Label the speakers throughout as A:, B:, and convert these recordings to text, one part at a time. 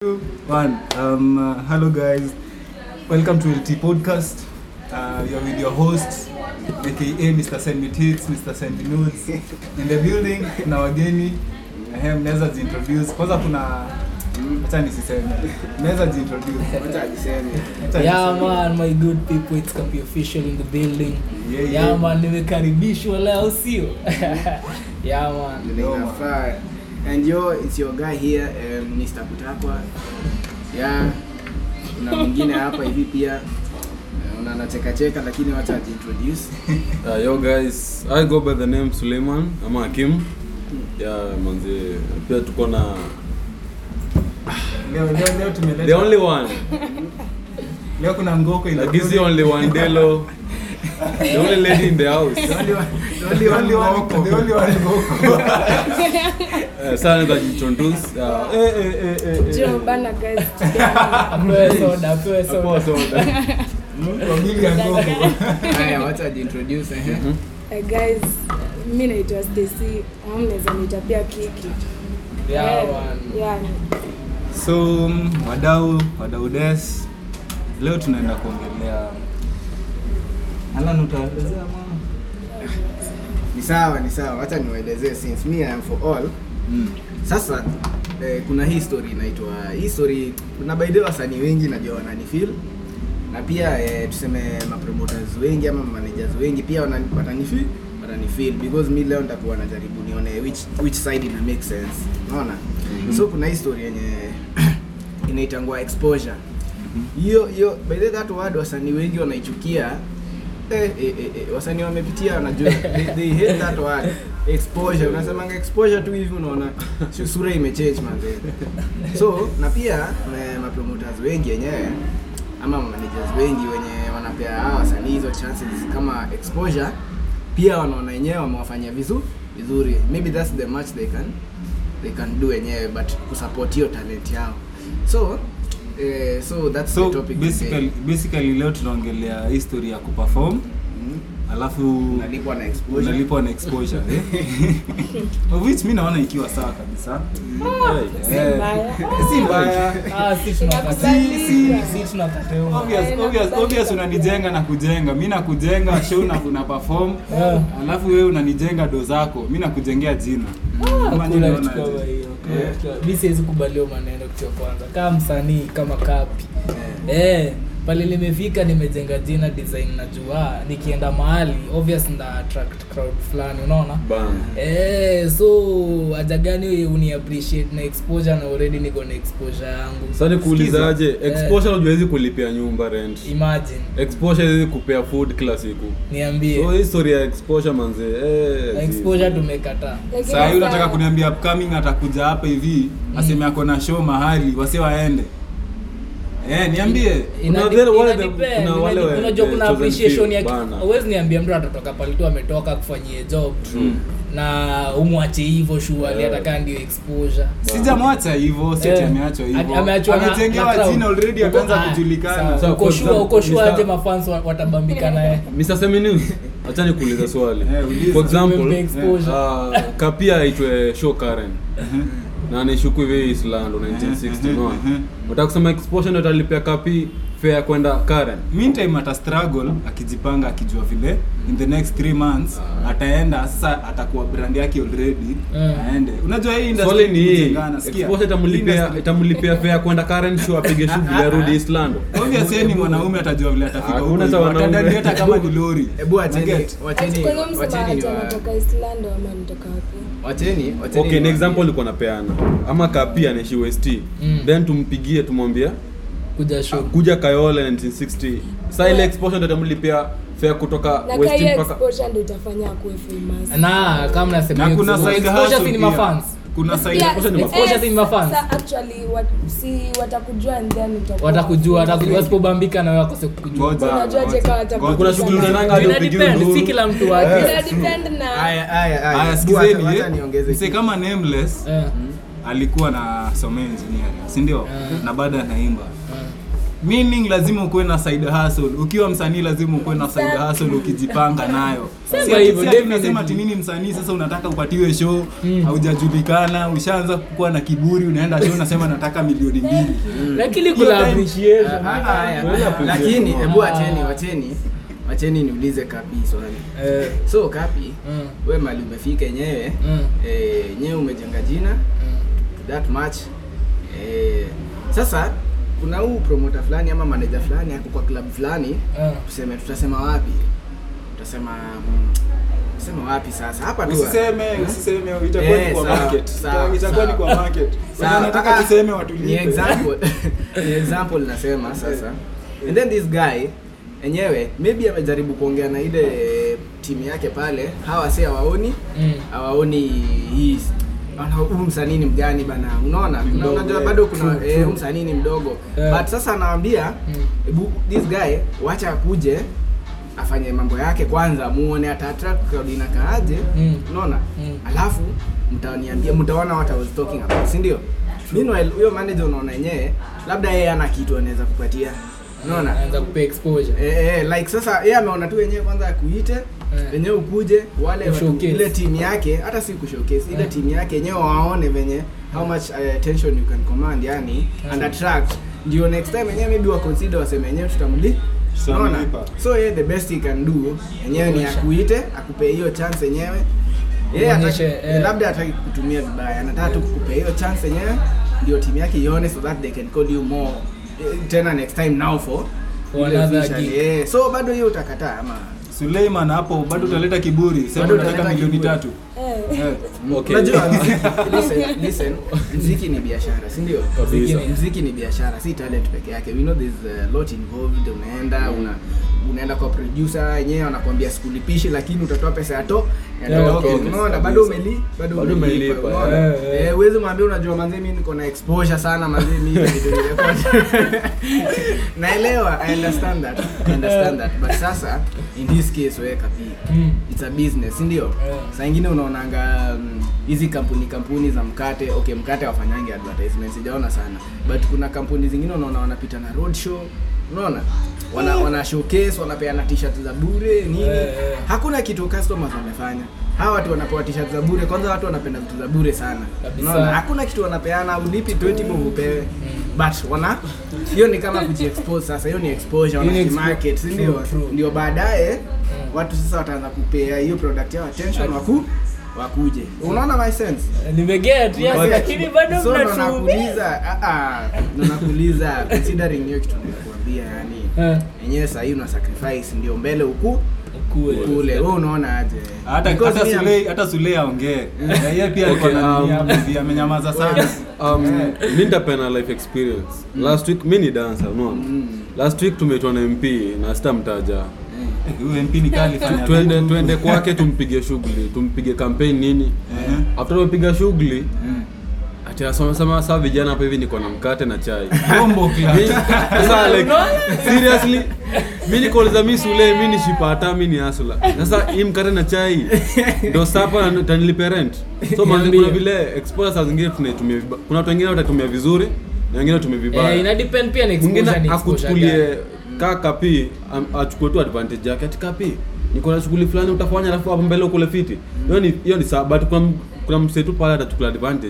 A: Two, One. Um, uh, hello, guys. Welcome to LT Podcast. Uh, you're with your hosts, aka Mr. Send Me Tits, Mr. Send Me Nudes. In the building, kuna wageni. Ehe, mnaweza jiintroduce. Kwanza kuna acha nisiseme. Mnaweza jiintroduce. Acha
B: Yeah
A: nisiseme.
B: man, my good people, it's Kapi official in the building.
A: Yeah,
B: Yeah,
A: yeah.
B: man, nimekaribishwa leo sio? yeah man.
A: No,
C: Ninafaa. And yo, it's your guy here, um, Mr. Kutakwa. Yeah. Kuna mwingine hapa hivi pia. Eh, Una anacheka cheka lakini wacha ajiintroduce.
D: Uh, yo guys, I go by the name Suleiman ama Hakim. Yeah, manze pia tuko na
A: Leo leo leo tumeleta.
D: the only one.
A: Leo kuna ngoko ina.
D: Like is the only one Delo. The only lady in the house.
A: The only one ngoko. The only one ngoko.
D: Uh, sana za introduce. Uh, eh eh eh eh.
E: Joe Bana guys
A: Ah.
E: today.
B: Apewe soda, apewe soda.
D: Hapo so.
A: Wawili Hmm? ya ngoko.
C: Haya, wacha ajiintroduce eh.
E: Eh, guys mi naitwa Stacy au mnaweza niita pia kiki
B: Yeah
E: Eh,
B: man.
E: yeah.
A: so mm, wadau wadau des leo tunaenda kuongelea alan utaelezea mama?
C: Ni sawa, ni sawa. Wacha niwaelezee since me I am for all.
A: Mm.
C: Sasa eh, kuna hii story inaitwa hii story kuna by the way wasanii wengi najua wananifeel na pia eh, tuseme mapromoters wengi ama managers wengi pia wanani- watanifeel watanifeel because mi leo nitakuwa najaribu nione which which side ina make sense unaona so kuna hii story yenye inaitangwa exposure Mhm. hiyo hiyo by the way that word wasanii wengi wanaichukia eh, eh, eh, eh, wasanii wamepitia wanajua they, they hate that word exposure unasemanga exposure tu hivi unaona su- sura imechange manze so na pia ma- mapromoters wengi wenyewe ama managers wengi wenye wanapea hawa wasanii hizo chances kama exposure pia wanaona wenyewe wamewafanyia vizu vizuri maybe that's the much they can they can do wenyewe but kusupport hiyo talent yao so eh, so that's
A: so
C: the topic
A: basically, basically leo tunaongelea history ya kuperform
C: mm,
A: alafu
C: unalipwa na exposure
A: unalipwa na exposure eh? of which mi naona ikiwa sawa kabisa
D: Eh.
E: Si
A: Eh,
E: mbaya. Oh.
A: si mbaya
B: Ah, si tunakata.
A: Si- si-
B: Si tunakata.
A: obvious, obvious, obvious unanijenga na kujenga mi nakujenga show na una perform
B: Yeah.
A: alafu wewe unanijenga do zako mi nakujengea jina Ama
B: Hakuna
A: ninaona
B: Ah, kitu
A: aje?
B: kama hiyo. hakuna
A: Yeah.
B: kitu kama- Mi siwezi kubali hiyo maneno kitu ya kwanza. Kama msanii kama Kapi.
C: Eh.
B: Eh, pale nimefika nimejenga jina design najua nikienda mahali obvious nda attract crowd fulani unaona
D: Bam.
B: Eh, so aja gani uni appreciate na exposure na already niko na exposure yangu
D: Sasa nikuulizaje?
B: Sikiza.
D: Exposure unajua hizi kulipia nyumba rent.
B: imagine
D: Exposure hizi kupea food kila siku.
B: niambie
D: So eh, hii story ya exposure manze. Eh.
B: na
D: zi-
B: exposure tumekataa
E: Lakini
A: saa hii unataka
E: sasa-
A: kuniambia upcoming atakuja hapa hivi
B: Mm.
A: aseme ako na show mahali wase waende eh, niambie
B: Ina-
D: Kuna wale-
B: ina depend,
D: kuna wale
B: ina-
D: wa-
B: unajua kuna
D: chosen few,
B: appreciation ya
D: bana.
B: huwezi niambia mtu atatoka pale tu ametoka kufanyia job na umwache hivyo shuali
D: Yeah.
B: hata kaa ndio exposure
A: sijamwacha hivyo si ati
B: Eh,
A: ameachwa hivyo
B: ame- ameachwa na- na
A: amejengewa
B: crowd.
A: jina already
B: Uko-
A: akaanza
B: ah,
A: kujulikana
B: sawa.
D: So,
B: Uko
D: for
B: sure-
D: example,
B: uko sure
D: Mr.
B: aje mafans wa- watabambika naye
D: Mr. Seminu, acha nikuulize swali.
A: Eh, uliza.
D: For example,
B: Tumempa exposure.
D: uh, Kapia aitwe Show Karen. Na anishuku hivi East London 1960,
A: Mhm,
D: unaona?
A: mhm.
D: Unataka kusema exposure ndio atalipia Kapi fare ya kwenda Karen.
A: meantime ata struggle akijipanga akijua vile in the next three months
D: Ah.
A: ataenda sasa atakuwa brand yake already
B: Mm.
A: aende unajua hii
D: Swali ni
A: industry
D: hii,
A: kujengana, sikia?
D: exposure itamlipia
A: Industry-
D: itamlipia fare ya kwenda Karen show apige shughuli arudi East London.
A: obvious yeye ni mwanaume atajua vile atafika huko
D: Ah, Hakuna za
A: hivyo.
D: wanaume.
A: Atadadi hata kama ni lori
C: Hebu wacheni
A: Unaget?
C: wacheni
E: Kwa hiyo msema
C: wacheni
E: ati
C: wa-
E: anatoka East London ama anatoka wapi?
C: wacheni wacheni
D: Okay,
C: ni
D: ni example nilikuwa napeana. Ama Kapia anaishi West.
B: Mm.
D: Then tumpigie tumwambie
B: kuja show
D: kuja Kayole 1960. Sasa ile exposure ndio atamlipia fare kutoka
E: Na
D: West
E: kaya
D: mpaka
E: exposure ndio itafanya akuwe famous.
B: na kama nasema
A: na
B: hiyo
A: kuna
B: exposure-
A: side
B: exposure
A: hustle
B: si ni
A: pia.
B: mafans
A: kuna side
E: Pia-
D: exposure ni
E: eh,
B: mafans. Exposure ni mafans.
E: sasa actually wat- si watakujua and then utakuwa-
B: watakujua watakujua wasipobambika na wewe wakose kukujua
A: Ngoja,
E: Unajua
A: ngoja.
E: je kama atakuwa
A: Ngoja.
D: kuna shughuli
E: Ina
D: unaendanga hadi
B: Ina
D: upige
B: depend, si
D: nduru.
B: kila mtu wake
A: Eh.
E: Ina depend na
C: Aya, aya, aya.
A: Aya,
C: Wacha-
A: sikizeni
C: wacha
A: eh.
C: niongeze
A: Mse
C: kitu.
A: kama nameless
B: Eh.
A: alikuwa na somea engineering, si ndio?
B: Eh.
A: Na baada anaimba. winning lazima ukuwe na side hustle ukiwa msanii lazima ukuwe na side
E: Exactly.
A: hustle ukijipanga nayo
B: Sema
A: Si ati-
B: hivyo,
A: si ati
B: definitely.
A: unasema ati mimi ni msanii sasa unataka upatiwe show
B: Mm.
A: haujajulikana ushaanza kuwa na kiburi unaenda show unasema nataka milioni mbili
B: lakini
A: Hiyo
B: kuna
A: time-
B: appreciation.
C: Ah, ah, ah,
D: Wewe
C: ah,
D: unapigia
C: lakini
D: tu.
C: hebu wacheni wacheni wacheni niulize kapi swali
B: Eh,
C: so kapi
B: mm,
C: we mali umefika yenyewe
B: mm,
C: eh, nyewe umejenga jina
B: mm.
C: that much eh, sasa kuna huu promoter fulani ama manager fulani ako kwa club fulani
B: Ah.
C: tuseme tutasema wapi tutasema mm, tutasema wapi sasa hapa tu
A: usiseme
C: Hmm?
A: usiseme itakuwa ni
C: Eh,
A: kwa
C: sawa,
A: market
C: sawa,
A: itakuwa ni
C: sawa.
A: kwa market
C: Sawa.
A: Sasa nataka
C: Ah,
A: tuseme
C: ni
A: watulipe
C: example ni example nasema sasa
A: Eh.
C: and then this guy enyewe maybe amejaribu kuongea na ile timu yake pale hawa si hawaoni
B: Mm.
C: hawaoni hii ana- huyu msanii ni mgani bana unaona Kuna-
A: mdogo,
C: unajua
A: eh.
C: bado kuna
A: True,
C: eh,
A: true. Hmm.
C: huyu msanii ni mdogo
B: Eh.
C: but sasa anawaambia
B: Mm.
C: "Ebu, this guy wacha akuje afanye mambo yake kwanza muone ata attract crowd inakaaje
A: Hmm.
B: Mm.
C: unaona
B: Mm.
C: alafu mtaniambia mtaona what I was talking about si ndio meanwhile huyo manager unaona yenyewe labda yeye ana kitu anaweza kupatia
A: Eh,
C: unaona
B: Anaanza kupea exposure.
C: Eh, eh, like sasa yeye ameona tu wenyewe kwanza akuite
B: Eh.
C: wenyewe ukuje wale watu-
B: Ushowcase.
C: ile timu yake hata si kushowcase ile
B: Eh.
C: timu yake wenyewe waone venye how much uh, attention you can command yani
B: Eh.
C: and attract ndio next time wenyewe maybe wa consider waseme wenyewe tutamli unaona
A: Tutamlipa.
C: so yeye the best he can do yenyewe ni
B: Kuonyesha.
C: akuite akupe hiyo chance yenyewe yeye
B: Uonyeshe,
C: ataki-
B: eh.
C: labda hataki kutumia vibaya anataka tu kukupa hiyo chance yenyewe ndio timu yake ione so that they can call you more eh, tena next time now for
B: For
C: ile
B: another
C: official,
B: gig.
C: eh. so bado hiyo utakataa ama
A: Suleiman hapo bado utaleta kiburi sema
C: Bado
A: unataka
C: utaleta
A: milioni
C: kiburi.
A: tatu
E: Eh.
A: Eh.
D: Okay.
C: Unajua, listen, listen, mziki ni biashara si ndio
D: Kabisa.
C: Mziki ni- mziki ni biashara si talent peke yake we know there's a lot involved unaenda una unaenda kwa producer yenyewe anakuambia sikulipishi lakini utatoa pesa ya to ya
B: Yeah,
C: token.
D: token,
C: unaona
D: kabisa.
C: bado umeli bado
D: Bado
C: umelipa
D: umelipa,
C: unaona?
B: eh, eh.
C: eh uwezi mwambie unajua manzi mimi niko na exposure sana manzi mimi kitu nimerecord. naelewa i understand that i understand that but sasa in this case weka pia
B: Mm.
C: it's a business si ndio
B: Yeah.
C: saa ingine unaonanga mm, hizi kampuni kampuni za mkate okay mkate wafanyangi advertisement sijaona sana but kuna kampuni zingine unaona wanapita na road show unaona wana, wana showcase wanapeana t-shirt za bure nini
B: Yeah, yeah.
C: hakuna kitu customers wamefanya hawa watu wanapewa t-shirt za bure kwanza watu wanapenda vitu za bure sana
B: Kabisa.
C: unaona hakuna kitu wanapeana ulipi 20 bob upewe but wana hiyo ni kama kujiexpose sasa hiyo ni exposure
B: Hiyo ni
C: wana
B: expo-
C: market si
B: true,
C: ndio
A: Mm.
B: true.
C: ndio baadaye watu sasa wataanza kupea hiyo product yao attention waku wakuje unaona my sense
B: Eh, nimeget yes,
C: Unaona-
B: lakini bado
C: so ndo
B: mnatuumiza
C: nakuuliza ah, ah, ndo nakuuliza considering hiyo kitu nimekuambia yani
B: Eh,
C: yenyewe sasa hii una sacrifice ndio mbele huku
B: ukue.
C: kule wewe unaona aje
A: hata
C: Because
A: hata
C: me, I'm-
A: Sulei hata Sulei aongee Na yeye pia alikuwa
D: Okay,
A: na nini
D: um,
A: hapo hivi, amenyamaza sana
D: Um, mi nitapena life experience last week mi ni dancer unaona last week tumeitwa na mp na sitamtaja
A: huyu MP ni kali fanya
D: twende
A: vitu.
D: twende kwake tumpige shughuli tumpige kampeni nini
A: Eh.
D: after tumepiga shughuli ati anasema sema saa vijana hapa hivi niko na mkate na chai
A: Bombo
D: Mi-
A: class.
D: sasa like seriously mi nikoliza mi sule mi ni shipata mi ni asula sasa hii mkate na chai ndo sapa tanilipe rent so manzi kuna vile exposure saa zingine tunaitumia viba- kuna watu wengine watatumia vizuri na wengine watumia
B: Eh, ina
D: vibaya
B: depend pia na
D: mwingine
B: exposure ni exposure gani.
D: akuchukulie kaka pi am- achukue tu advantage yake ati kapi niko na shughuli fulani utafanya alafu hapo mbele ukule fiti
B: Mm.
D: hiyo ni hiyo ni sawa but kuna m- kuna msetu pale atachukua advantage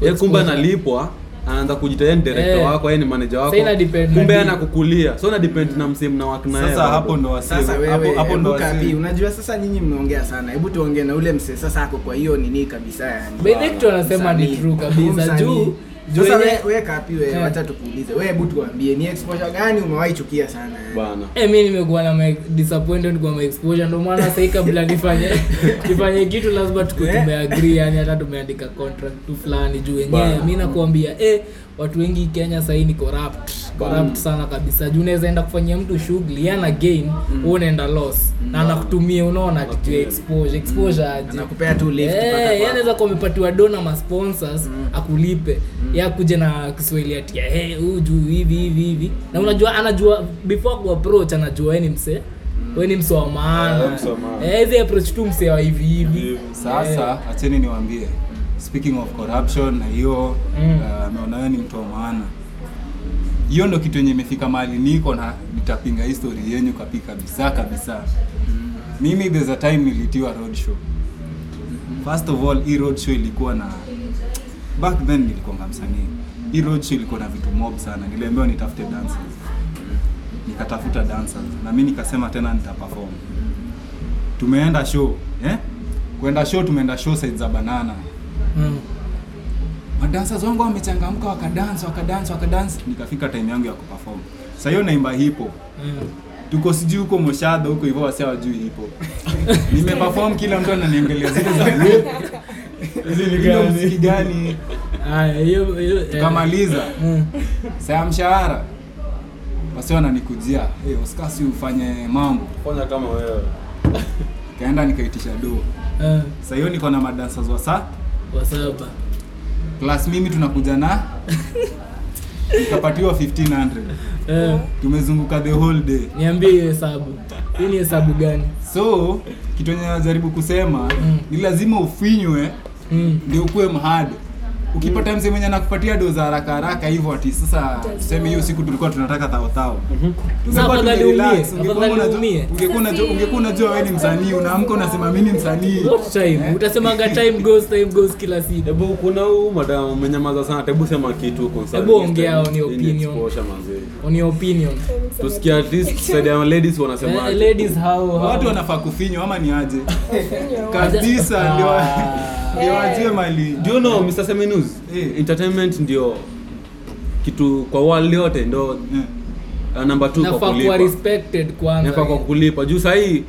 D: yeye kumbe
B: Mm. Exposure.
D: analipwa anaanza kujita yeye ni director
B: Eh.
D: wako yeye ni manager wako
B: Sasa ina depend na
D: kumbe
B: deal.
D: anakukulia so ina depend na msemu na wakina yeye
A: sasa
D: bado.
A: hapo ndo
C: sasa
A: wasio
C: wewe
A: hapo hapo ndo
C: hebu kapi
A: wasio
C: unajua sasa nyinyi mmeongea sana hebu tuongee na ule msee sasa ako kwa hiyo nini kabisa yani
B: By the way, kitu anasema ni
C: Msanii.
B: true kabisa.
C: Msanii.
B: Juu- juu
C: sasa
B: yenye-
C: we, we kapi we
B: Eh.
C: wacha tukuulize we hebu tuambie ni exposure gani umewahi chukia sana yani?
D: bana
B: Eh, mi nimekuwa na ma- disappointed kwa ma exposure ndio maana sasa kabla nifanye nifanye kitu lazima
C: Eh?
B: tukuwe tumeagree yani hata tumeandika contract tu fulani juu yenyewe
D: Bana.
B: mi nakuambia eh watu wengi Kenya sasa hii ni corrupt corrupt sana kabisa juu unaweza enda kufanyia mtu shughuli yana gain
C: Mm.
B: wewe unaenda loss na anakutumia unaona kitu ya exposure exposure aje
C: Mm. anakupea tu lift mpaka
B: Eh,
C: kwako.
B: yani anaweza kuwa amepatiwa dona ma sponsors akulipe ya kuja na Kiswahili ati "Eh, hey, huu juu hivi hivi hivi na unajua anajua before ku approach anajua yeye ni msee wewe ni msee wa
D: wewe
B: maana
D: msee wa maana.
B: eh hizi approach tu msee wa hivi hivi
A: sasa acheni niwaambie speaking of corruption na hiyo
B: Mm.
A: uh, ameona wewe ni mtu wa maana hiyo ndo kitu yenye imefika mahali niko na nitapinga history yenyu kapi kabisa kabisa mimi there's a time nilitiwa road show first of all hii road show ilikuwa na back then nilikuwa msanii hii road show ilikuwa na vitu mob sana niliambiwa nitafute dancers nikatafuta dancers na mi nikasema tena nitaperform tumeenda show eh? kuenda show tumeenda show side za banana
B: Mm.
A: madansers wangu wamechangamka wakadance wakadance wakadance nikafika time yangu ya kuperform sasa hiyo naimba hipo
B: Mm.
A: tuko sijui huko moshadha huko hivyo wasi hawajui hipo nimeperform kila mtu ananiongelea zile za group hizi ni gani muziki gani
B: Aya, hiyo- hiyo- eh.
A: tukamaliza
B: Mm.
A: saya mshahara wasi wananikujia hey, Oscar si ufanye mambo
D: fanya kama wewe
A: kaenda nikaitisha do
B: Eh,
A: sasa hiyo niko na madansers wa saa
B: wa saba
A: plus mimi tunakuja na nikapatiwa 1500
B: Eh,
A: tumezunguka the whole day
B: niambie hiyo hesabu hii ni hesabu gani
A: so kitu yenye najaribu kusema ni lazima ufinywe
B: Mm.
A: ndio ukuwe mhado ukipata mzee mwenye anakupatia do za haraka haraka hivyo ati sasa tuseme hiyo siku tulikuwa tunataka thao thao
B: Na
A: Tungekuwa
B: Mhm. afadhali
A: tumerelax,
B: umie,
A: ungekuwa
B: afadhali
A: unajua-
B: umie.
A: ungekuwa unajua- ungekuwa unajua wewe ni msanii unaamka unasema mimi ni msanii
B: What time utasemanga time goes time goes kila siku
D: hebu kuna huu madam mwenyenyamaza sana hebu sema kitu concerning
B: Hebu ongea
D: this time.
B: on your
D: Hii ni
B: opinion.
D: exposure manze.
B: on your opinion
D: tusikie at least side ya ladies wanasema
B: Eh, ladies how how-
A: watu wanafaa kufinywa ama ni aje
E: Finyo.
A: kabisa ndio
B: Ah.
A: ndio wajue mali
D: do you know Mr. Seminus
A: Eh.
D: entertainment ndio kitu kwa world yote ndo
A: Eh.
D: uh, number 2 kwa
B: nafaa kuwa
D: kulipa
B: respected kwanza eh.
D: nafaa kwa kulipa juu sahii hii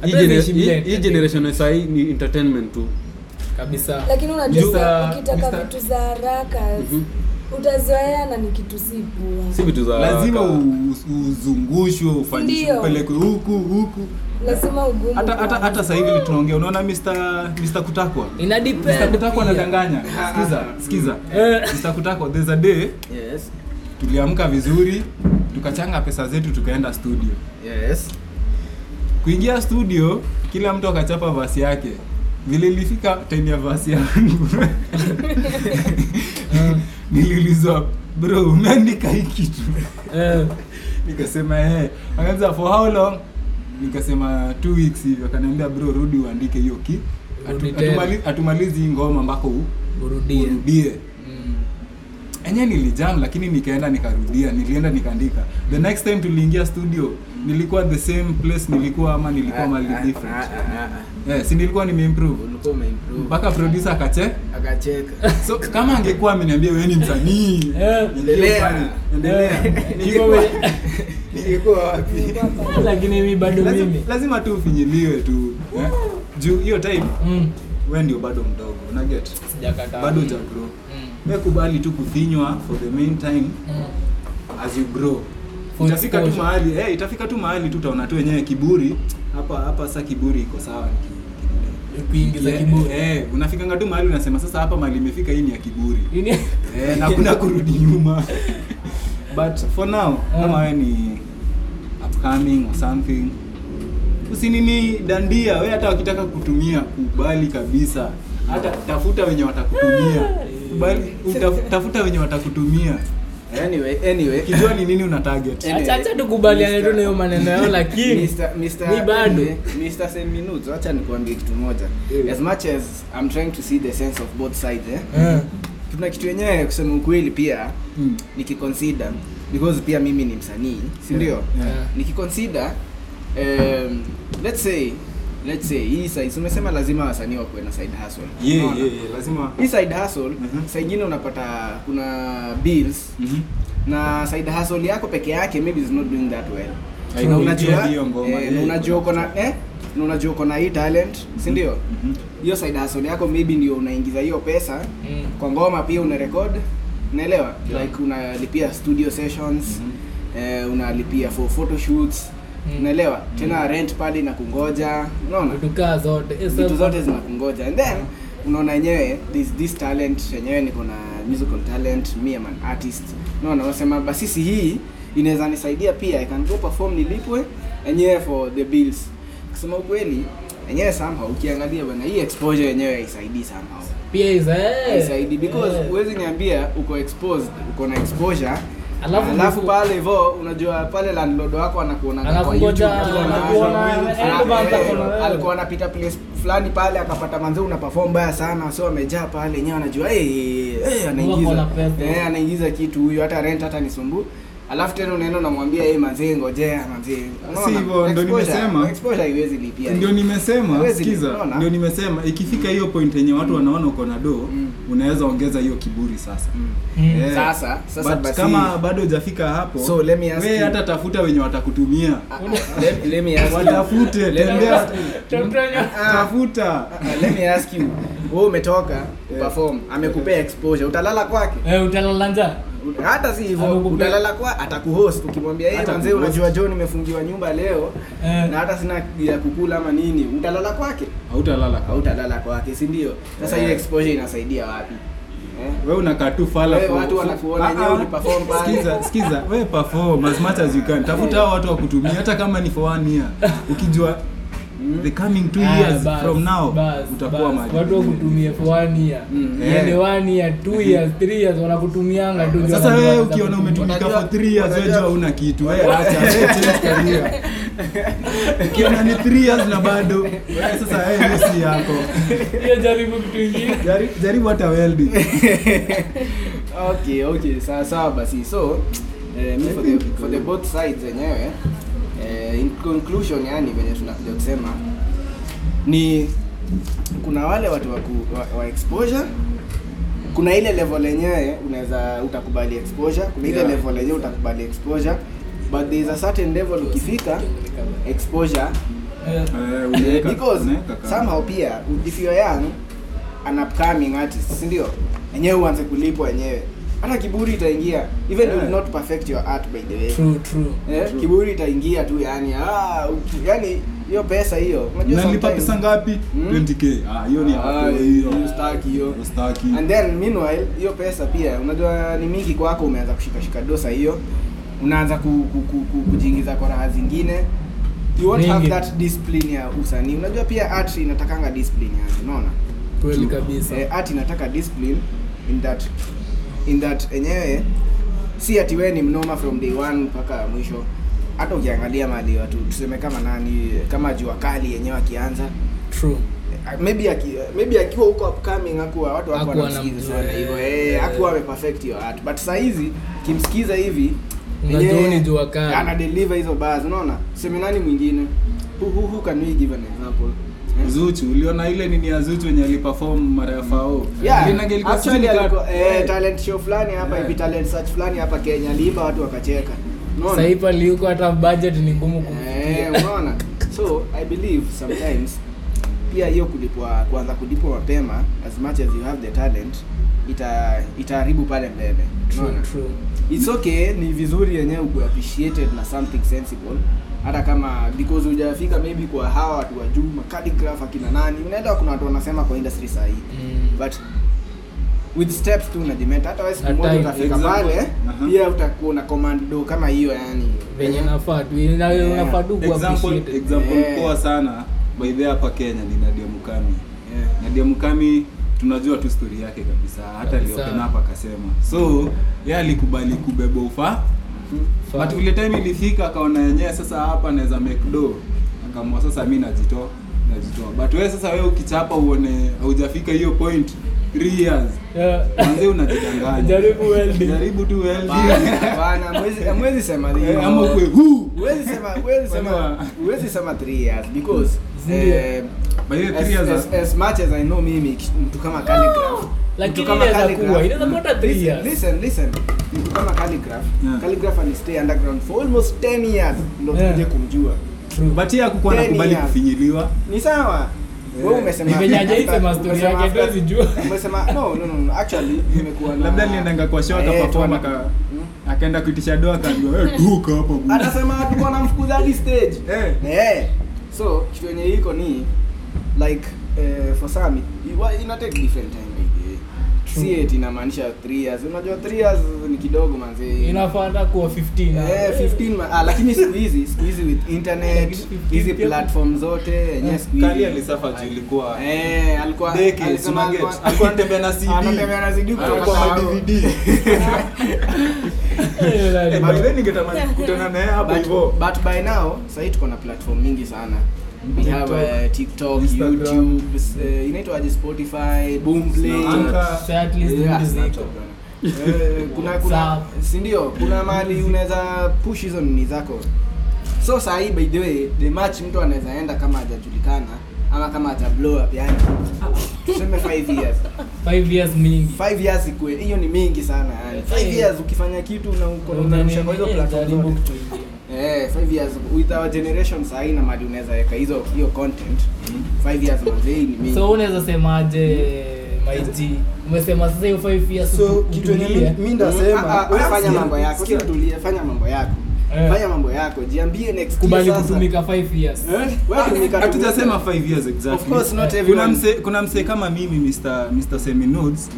B: Hata
D: gener-
B: niishi
D: hii
B: mle.
D: hii generation ya sahii ni entertainment tu
B: kabisa
E: lakini
A: Mr.
E: unajua sa- ukitaka
A: Mr. Mhm.
E: vitu za haraka utazoea na ni kitu si
D: si
E: poa
D: vitu za
A: lazima u- u- uzungushwe ufanyishwe
E: Ndio.
A: upelekwe huku huku
E: lazima ugumu
A: hata
E: kwa-
A: hata hata sasa hivi tunaongea unaona Mr. Mr. Kutakwa
B: ina
A: Mr.
B: depend
A: Kutakwa
B: pia.
A: anadanganya sikiza sikiza
B: Eh.
A: Mr. Kutakwa there's a day
C: yes
A: tuliamka vizuri tukachanga pesa zetu tukaenda studio
C: yes
A: kuingia studio kila mtu akachapa vasi yake vile ilifika time ya vasi yangu niliulizwa bro umeandika hii kitu
B: Eh,
A: nikasema eh akaanza for how long nikasema two weeks hivyo akaniambia bro rudi uandike hiyo ki
B: Rudi
A: Atu-
B: tena.
A: atumali- atumalizi hii ngoma ambako u-
B: burudie
A: urudie
B: Mm.
A: enye nilijam lakini nikaenda nikarudia nilienda nikaandika the next time tuliingia studio nilikuwa the same place nilikuwa ama nilikuwa mali
C: Ah, ah,
A: different
C: ah, ah,
A: eh, si nilikuwa nimeimprove
C: ah. ulikuwa umeimprove
A: mpaka producer akache
C: akacheka
A: so kama angekuwa ameniambia wewe ni msanii
B: Eh,
A: ningekuwa
C: endelea.
A: endelea
B: Nilikuwa-
A: ningekuwa wapi
B: Ah, lakini mi bado
A: lazima,
B: mimi
A: lazima tu ufinyiliwe tu eh? juu hiyo time
B: Mm,
A: we ndio bado mdogo unaget
B: sijakataa.
A: bado ja grow
B: Mm,
A: we kubali tu kufinywa for the main time
B: mm.
A: as you grow
B: For
A: itafika tu
B: exposure.
A: mahali hey, itafika tu mahali tu utaona tu wenyewe kiburi hapa hapa sasa kiburi iko sawa
B: kuingiza kiburi
A: hey, unafikanga tu mahali unasema sasa hapa mahali imefika hii ni ya kiburi
B: Ini-
A: eh, na kuna kurudi nyuma but for now kama wewe ni upcoming or something usinini dandia we hata wakitaka kutumia kubali kabisa hata tafuta wenye watakutumia kubali utaf- tafuta wenye watakutumia
C: anyway anyway
A: kijua ni nini una target
C: Yaani,
B: Acha- acha tukubaliane tu na hiyo maneno yao lakini
C: Mr. Mr.
B: mi bado
C: Mr. Sam Minutes, acha nikwambie kitu moja
A: Eh.
C: as much as I'm trying to see the sense of both sides eh
B: Eh,
C: kuna kitu yenyewe kusema ukweli pia
B: Hmm.
A: Mm.
C: nikiconsider because pia mimi ni msanii si ndio
A: Yeah.
B: Yeah.
C: nikiconsider um, let's say let's say hii size umesema lazima wasanii wakuwe na side hustle
A: Yeah, yeah,
C: Unaona?
A: yeah, lazima
C: hii side hustle
B: Mm-hmm.
A: Mhm.
C: saa ingine unapata kuna bills
A: Mhm.
C: na side hustle yako peke yake maybe is not doing that well
A: Na
C: Na
A: inauingia
C: unajua-
A: hiyo ngoma,
C: eh,
A: yeah,
C: na unajua
A: iko
C: uko na eh, na unajua uko na hii talent si ndio
A: Mhm.
C: hiyo side hustle yako maybe ndio unaingiza hiyo pesa
B: mm.
C: kwa ngoma pia una record unaelewa like unalipia studio sessions
A: Mm-hmm.
C: eh, unalipia for photo shoots
B: Mhm.
C: unaelewa
A: Mm-hmm.
C: tena rent pale na kungoja unaona
B: Vitu kaa zote Eh, sasa-
C: vitu zote zinakungoja and then unaona yenyewe this, this talent yenyewe niko na musical talent me am an artist unaona unasema basisi hii inaweza nisaidia pia i can go perform nilipwe yenyewe for the bills kusema ukweli yenyewe somehow ukiangalia bwana hii exposure yenyewe haisaidii somehow
B: pia is- eh,
C: haisaidi because
B: eh.
C: huwezi niambia uko exposed uko na exposure
B: Alafu-
C: alafu pale hivo unajua pale landlord wako anakuona kwa
B: Anakungoja,
C: YouTube, kila
B: anakuona,
C: anakuona.
B: eh,
C: Ana-
B: eh,
C: eh,
B: eh,
C: alikuwa anapita place fulani pale akapata manze una perform baya sana so amejaa pale enyewe anajua eh, eh,
B: Wakona
C: anaingiza
B: pepe.
C: Eh, anaingiza kitu huyu hata rent hata nisumbu alafu tena unaenda unamwambia hey, manzee ngojea manzee Unaona?
A: Si hivyo, ndo
C: Exposure-
A: nimesema.
C: exposure haiwezi lipia
A: ndio nimesema
C: Hawezi
A: sikiza
C: kuona.
A: ndio nimesema ikifika hiyo point yenye watu wanaona uko na doo
C: Mm.
A: unaweza ongeza hiyo kiburi sasa
C: Mm.
B: Mm.
A: Eh,
C: Sasa- sasa
A: but
C: basi-
A: kama bado hujafika hapo
C: So, let me ask
A: we
C: you.
A: hata tafuta wenye watakutumia
C: ah, Let- let me ask you- ah,
A: watafute
C: let me
A: tembea
C: ask
A: tafuta
C: Ah, let me ask you wewe umetoka perform amekupea exposure utalala kwake
B: Eh, utalala njaa
C: Ut- hata si hivyo
B: Amekupea-
C: utalala kwa atakuhost ukimwambia yeye
A: Hata
C: manzee
A: kuhost.
C: unajua John nimefungiwa nyumba leo
B: Eh.
C: na hata sina ya kukula ama nini utalala kwake
A: hautalala kwa-
C: hautalala kwake si ndio sasa hiyo exposure inasaidia wapi eh?
A: we unakaa tu fala
C: Wewe
A: for-
C: watu
A: for-
C: wanakuona
A: Ah,
C: yenyewe
A: ah.
C: uliperform pale.
A: Sikiza, sikiza we perform as much as you can tafuta hao watu wakutumia hata kama ni for one year ukijua
C: Hmm?
A: the coming two
B: Ah,
A: years
B: bas,
A: from now
B: bas,
A: utakuwa
B: bas.
A: mahali
B: watu
A: pengine.
B: wakutumie for one year
C: Mm.
B: Yaani
A: Eh.
B: one year two years three years wanakutumianga tu
A: sasa wewe ukiona umetumika
C: Unajua-
A: for 3 years wewe
C: unajua-
A: jua una kitu wewe acha wewe change career ukiona ni 3 years na bado wewe sasa wewe hiyo si yako
B: hiyo jaribu kitu ingine
A: jaribu, jaribu hata welding
C: Eh, okay okay sawa sawa basi so eh, mi for the, for the both sides zenyewe eh, in conclusion yani venye tunakuja kusema ni kuna wale watu wa, ku- wa, wa exposure kuna ile level yenyewe unaweza utakubali exposure kuna ile
A: Yeah.
C: level yenyewe utakubali exposure but there is a certain level ukifika exposure
B: Eh,
A: Eh,
C: Eh,
A: unaweka-
C: because
A: unaweka kama-
C: somehow pia if you are young an upcoming artist si ndio wenyewe uanze kulipwa wenyewe hata kiburi itaingia even
A: Yeah.
C: you will not perfect your art by the way
B: true true
C: eh,
A: True.
C: kiburi itaingia tu yani ah uki- yani hiyo pesa hiyo unajua
A: unalipa
C: sometimes-
A: pesa ngapi
C: Mm.
A: 20k ah hiyo ni
C: Ah,
A: yako hiyo
C: hiyo staki hiyo
A: Ustaki.
C: and then meanwhile hiyo pesa pia unajua ni mingi kwako umeanza kushikashika dosa hiyo unaanza ku, ku, ku, ku, kujiingiza kwa raha zingine you won't have
B: Mingi.
C: that discipline ya usanii unajua pia art inatakanga discipline yani unaona
B: kweli kabisa
C: eh, art inataka discipline in that in that enyewe si ati wewe ni mnoma from day one mpaka mwisho hata ukiangalia mali watu tuseme kama nani kama jua kali yenyewe akianza
B: true
C: eh, maybe aki, maybe akiwa huko upcoming hakuwa watu wako
B: Hakuwa
C: wanamsikiza sana
B: anamjua, eh,
C: hivyo
B: eh.
C: eh hakuwa ame perfect your art but saa hizi kimsikiza hivi
B: Unajua
C: yeye
B: ni Jua Kali.
C: ana deliver hizo bars unaona seminani mwingine who, who, who can we give an example Eh?
A: zuchu uliona ile nini ya zuchu wenye aliperform mara ya fao
C: Yeah,
A: Ile nage ilikuwa
C: actually
A: chini
C: alikuwa-
A: kat-
C: eh,
A: eh.
C: talent show fulani hapa hivi talent search fulani hapa Kenya aliimba watu wakacheka. Unaona?
B: sahii pale yuko hata budget ni ngumu
C: Eh,
B: kumfikia
C: unaona? So I believe sometimes pia hiyo kulipwa kuanza kulipwa mapema as much as you have the talent ita itaharibu pale mbele.
B: true
C: Unaona?
B: true
C: It's okay, ni vizuri yenyewe uko appreciated na something sensible hata kama because hujafika maybe kwa hawa watu wa juu makadigraf akina nani unaenda kuna watu wanasema kwa industry sahii
B: Mm.
C: but with steps tu unajimeta hata wewe siku
B: Na
C: moja
B: time,
C: utafika
A: example.
C: pale
A: Aha.
C: pia utakuwa na command do kama hiyo yani
B: venye
C: Eh,
B: nafaa tu ina-
C: Yeah.
B: unafaa tu kuwa
A: example
B: appreciated.
A: example
C: Yeah.
A: poa sana by the way hapa Kenya ni Nadia Mukami
C: yeah.
A: Nadia Mukami tunajua tu story yake kabisa hata
B: Kabisa.
A: aliopen up akasema so yeye alikubali kubeba ufa
B: Faa.
A: but vile time ilifika akaona yenyewe sasa hapa naweza make do akaamua sasa mi najitoa najitoa but wewe sasa wewe ukichapa uone haujafika hiyo point 3 years
B: Yeah.
A: manzi unajidanganya
B: Jaribu welding.
A: jaribu tu welding
C: Hapana, hapana, hamwezi- hamwezi sema hivyo.
A: Eh, ama ukwe huu
C: Huwezi sema huwezi sema
A: Wala.
C: huwezi sema 3 years because
B: Ndio.
C: eh,
A: By the way,
C: as,
A: three years
C: as,
A: are-
C: as much as I know mimi ki- mtu kama calligraph
B: Ah, Lakini inaweza kuwa, inaweza kuwa hata three
C: listen,
B: years.
C: listen listen mtu kama calligraph
A: Yeah.
C: calligraph and stay underground for almost 10 years ndio
B: Yeah.
C: tuje kumjua
B: True.
A: but yeye hakukuwa
C: Ten
A: nakubali
C: years.
A: kufinyiliwa
C: ni sawa
A: Yeah.
C: wewe umesema
B: Ni venye hajaisema story
C: umesema
B: yake,
C: after-
B: hatuwezi jua.
C: umesema no no no, no actually nimekuwa na
A: labda aliendanga kwa show
C: Eh,
A: akaperform
C: tuana-
A: aka akaenda kuitisha doa akaambiwa wewe duka hapa bwana."
C: anasema tulikuwa namfukuza hadi stage
A: Eh.
C: eh so kitu yenye iko ni like eh, for some it- wa- ina take different time maybe si eti inamaanisha 3 years unajua 3 years ni kidogo manzi
B: inafata kuwa 15
C: Eh, 15 ma- ah, lakini siku hizi siku hizi with internet hizi platform zote yenyewe siku hizi-
A: Eh, Kali alisafa juu ilikuwa
C: Eh, alikuwa
A: Deke,
C: alisema
A: Sumaget.
C: alikuwa-
A: Alikuwa anatembea na CD.
C: anatembea na CD kutoka
A: alikuwa ma
C: Sahara.
A: DVD.
B: Eh,
A: Eh,
B: lazima.
A: but then ningetamani kukutana naye hapo
C: But-
A: hivyo.
C: but by now sahii tuko na platform mingi sana we have uh, tiktok
A: Instagram.
C: youtube uh, inaitwaje spotify boomplay
A: Anchor.
B: So at least
C: Yeah,
B: hizi
C: Snapchat
B: ziko.
C: bwana. Eh, kuna kuna
B: WhatsApp.
C: si ndio kuna mali unaweza push hizo nini zako so sahii by the way the match mtu anaweza enda kama hajajulikana ama kama haja blow up yani tuseme 5 years
B: Five years mingi
C: 5 years ikue hiyo ni mingi sana yani 5 years ukifanya kitu na uko unarusha kwa hizo
F: Yaani,
B: Eh,
C: platform
B: jaribu
C: zote
B: kutuingia.
C: Eh, five years with our generation sahii na mali unaweza weka hizo hiyo content five years mazei ni mingi
B: so unaweza semaje maiji umesema sasa hiyo 5 years
F: so
B: utu-
F: kitu yenye
B: utulie.
F: mi- mi ndasema
C: Ah, ah,
F: wewe
C: fanya
F: sikia-
C: mambo yako
F: sikia-
C: Sio tulia, fanya mambo yako
B: Eh.
C: fanya mambo yako jiambie next
B: kubali
C: year sasa.
B: kutumika Ah, 5 years
C: Eh? Wewe tumika-
A: hatujasema 5 years exactly
C: Of course not
A: kuna
C: everyone.
A: mse kuna mse kama mimi mr mr seminodes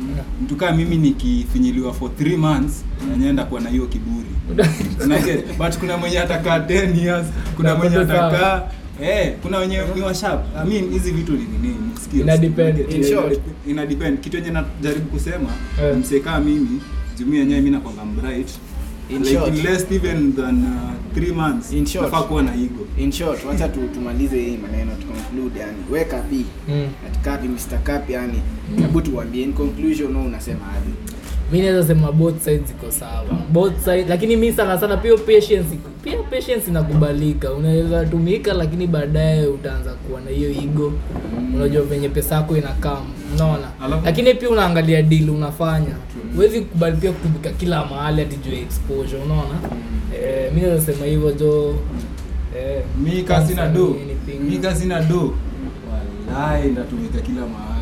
A: mtu kama mimi nikifinyiliwa for 3 months nanyeenda kuwa na hiyo kiburi Unake, but kuna mwenye atakaa 10 years kuna
B: Na
A: mwenye
B: kote sawa.
A: atakaa eh kuna wenye ni washap i mean hizi vitu ni nini ni skills.
B: Ina depend.
A: Unake,
C: In short.
A: ina depend kitu yenye najaribu kusema
B: Eh.
A: mse kama mimi jumii yenyewe mimi nakwanga mbright
C: In
A: like
C: short.
A: in less even than 3 months
C: In short.
A: nafaa kuwa na ego
C: in short wacha tu, tumalize hii maneno tu conclude yani weka pi
B: Mm.
C: at kapi mr kapi yani hebu tuambie in conclusion wewe unasema aje
B: mi naweza sema both sides ziko sawa both side lakini mi sana sana pia patience pia patience inakubalika unaweza tumika lakini baadaye utaanza kuwa na hiyo igo unajua venye pesa yako inakam unaona
A: Mm. Alafu-
B: lakini pia unaangalia deal unafanya huwezi kukubali pia kutumika kila mahali ati juu ya exposure unaona
A: Mm.
B: eh, mi naweza sema hivyo jo eh,
A: mi kazi na do
B: anything.
A: mi kazi na do walai ndatumika kila mahali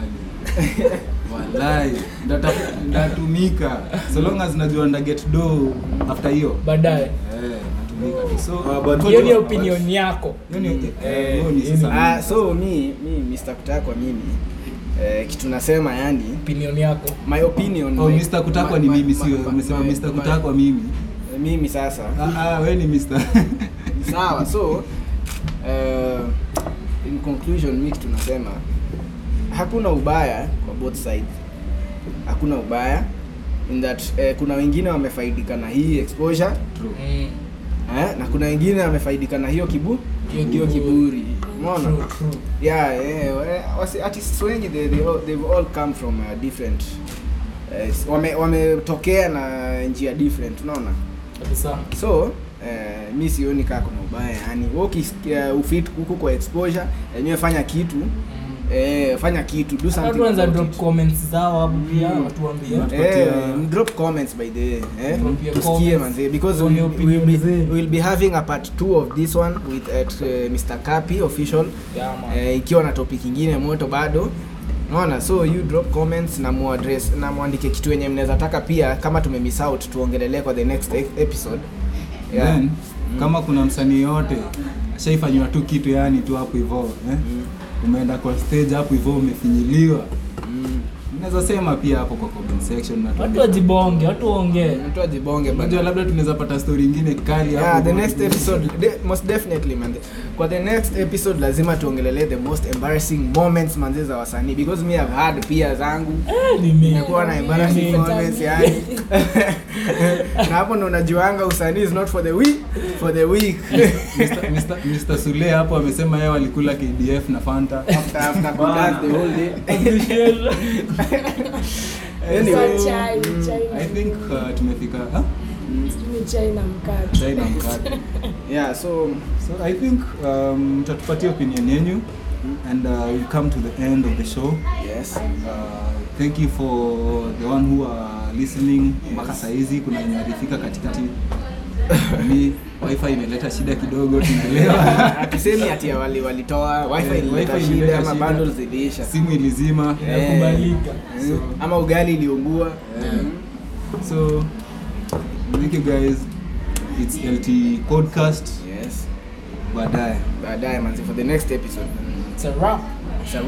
A: walai ndata- ndatumika so long as najua ndaget do after hiyo
B: baadaye
A: eh, natumika tu. so
D: Ah, but-
B: hiyo ni opinion yako
A: hiyo ni- eh, hiyo ni
B: Mm.
A: sasa
C: ah so mi mi mr kutakwa mimi eh, kitu nasema yani
B: opinion yako
C: my opinion
A: Oh,
C: my-
A: Mr. kutakwa ni
C: my-
A: mimi
C: my-
A: sio
C: my-
A: umesema
C: my-
A: Mr.
C: my-
A: kutakwa mimi
C: mimi sasa
A: ah, ah, we ni Mr.
C: sawa so uh, in conclusion mi kitu nasema hakuna ubaya kwa both sides hakuna ubaya in that eh, kuna wengine wamefaidika na hii exposure
B: mm.
C: eh, na kuna wengine wamefaidika na hiyo kibu
B: Hiyo
C: hiyo
B: kiburi.
C: kiburi umeona
B: True, true.
C: yeah, yeah, eh, wasi- artists wengi they, they all, they've all come from uh, different eh, s- wame- wametokea na njia different unaona
B: kabisa
C: so eh, mi sioni kaa kuna ubaya yani wewe ukisikia uh, ufit huku kwa exposure enyewe fanya kitu eh, fanya kitu do
B: Hata
C: something
B: tuanza
C: about
B: drop
C: it.
B: comments zao hapo pia
C: Mm.
B: watuambie
A: Watu-
C: Eh,
A: Tupatia-
C: drop comments by the way eh
B: Drop your
C: tusikie
B: comments.
C: manze because
B: Tuone
C: we
B: opinion
C: will be,
B: zenu.
C: we'll be having a part 2 of this one with at uh, Mr Kapi official
B: Yeah, man.
C: eh, ikiwa na topic ingine moto bado naona so you drop comments na muaddress na muandike kitu yenye mnaweza taka pia kama tumemiss out tuongelelee kwa the next e- episode yeah.
A: Then, kama kuna msanii yote ashaifanyiwa tu kitu yani tu hapo hivyo eh? umeenda kwa stage hapo hivyo umefinyiliwa
C: Mm.
A: unaweza sema pia hapo kwa comment section na
B: watu
A: tuambie.
B: wajibonge watu waongee
C: Mtu ajibonge bana.
A: unajua labda tunaweza pata story ingine kali
C: yeah,
A: hapo
C: the
A: kwa-
C: next episode de, most definitely man kwa the next episode lazima tuongelele the most embarrassing moments manze za wasanii because me have had pia zangu
B: ni mimi
C: nimekuwa na embarrassing moments yani na hapo ndo unajuanga usanii is not for the week for the week
A: Mr. Mr. Mr. Sule hapo amesema yeye walikula KDF na Fanta
C: after after good dance the whole day
E: So,
C: anyway
E: chai, chai na-
A: I think uh, tumefika huh?
E: ni chai na mkate.
A: chai na mkate
C: yeah so
A: so I think um, mtatupatia opinion yenyu and uh, we come to the end of the show
C: yes
A: Uh, thank you for the one who are listening mpaka saizi kuna wenye walifika katikati mi wifi imeleta shida kidogo tunaelewa
C: atusemi ati wali walitoa wifi
A: Eh,
C: ilileta
A: wifi ilileta
C: shida ama
A: shida.
C: bundles ziliisha
A: simu ilizima
B: inakubalika
C: Eh, ama ugali iliungua
A: so thank you guys it's lt podcast
C: yes
A: baadaye
C: baadaye manzi for the next episode
A: Mm.
B: it's a wrap
C: It's a wrap.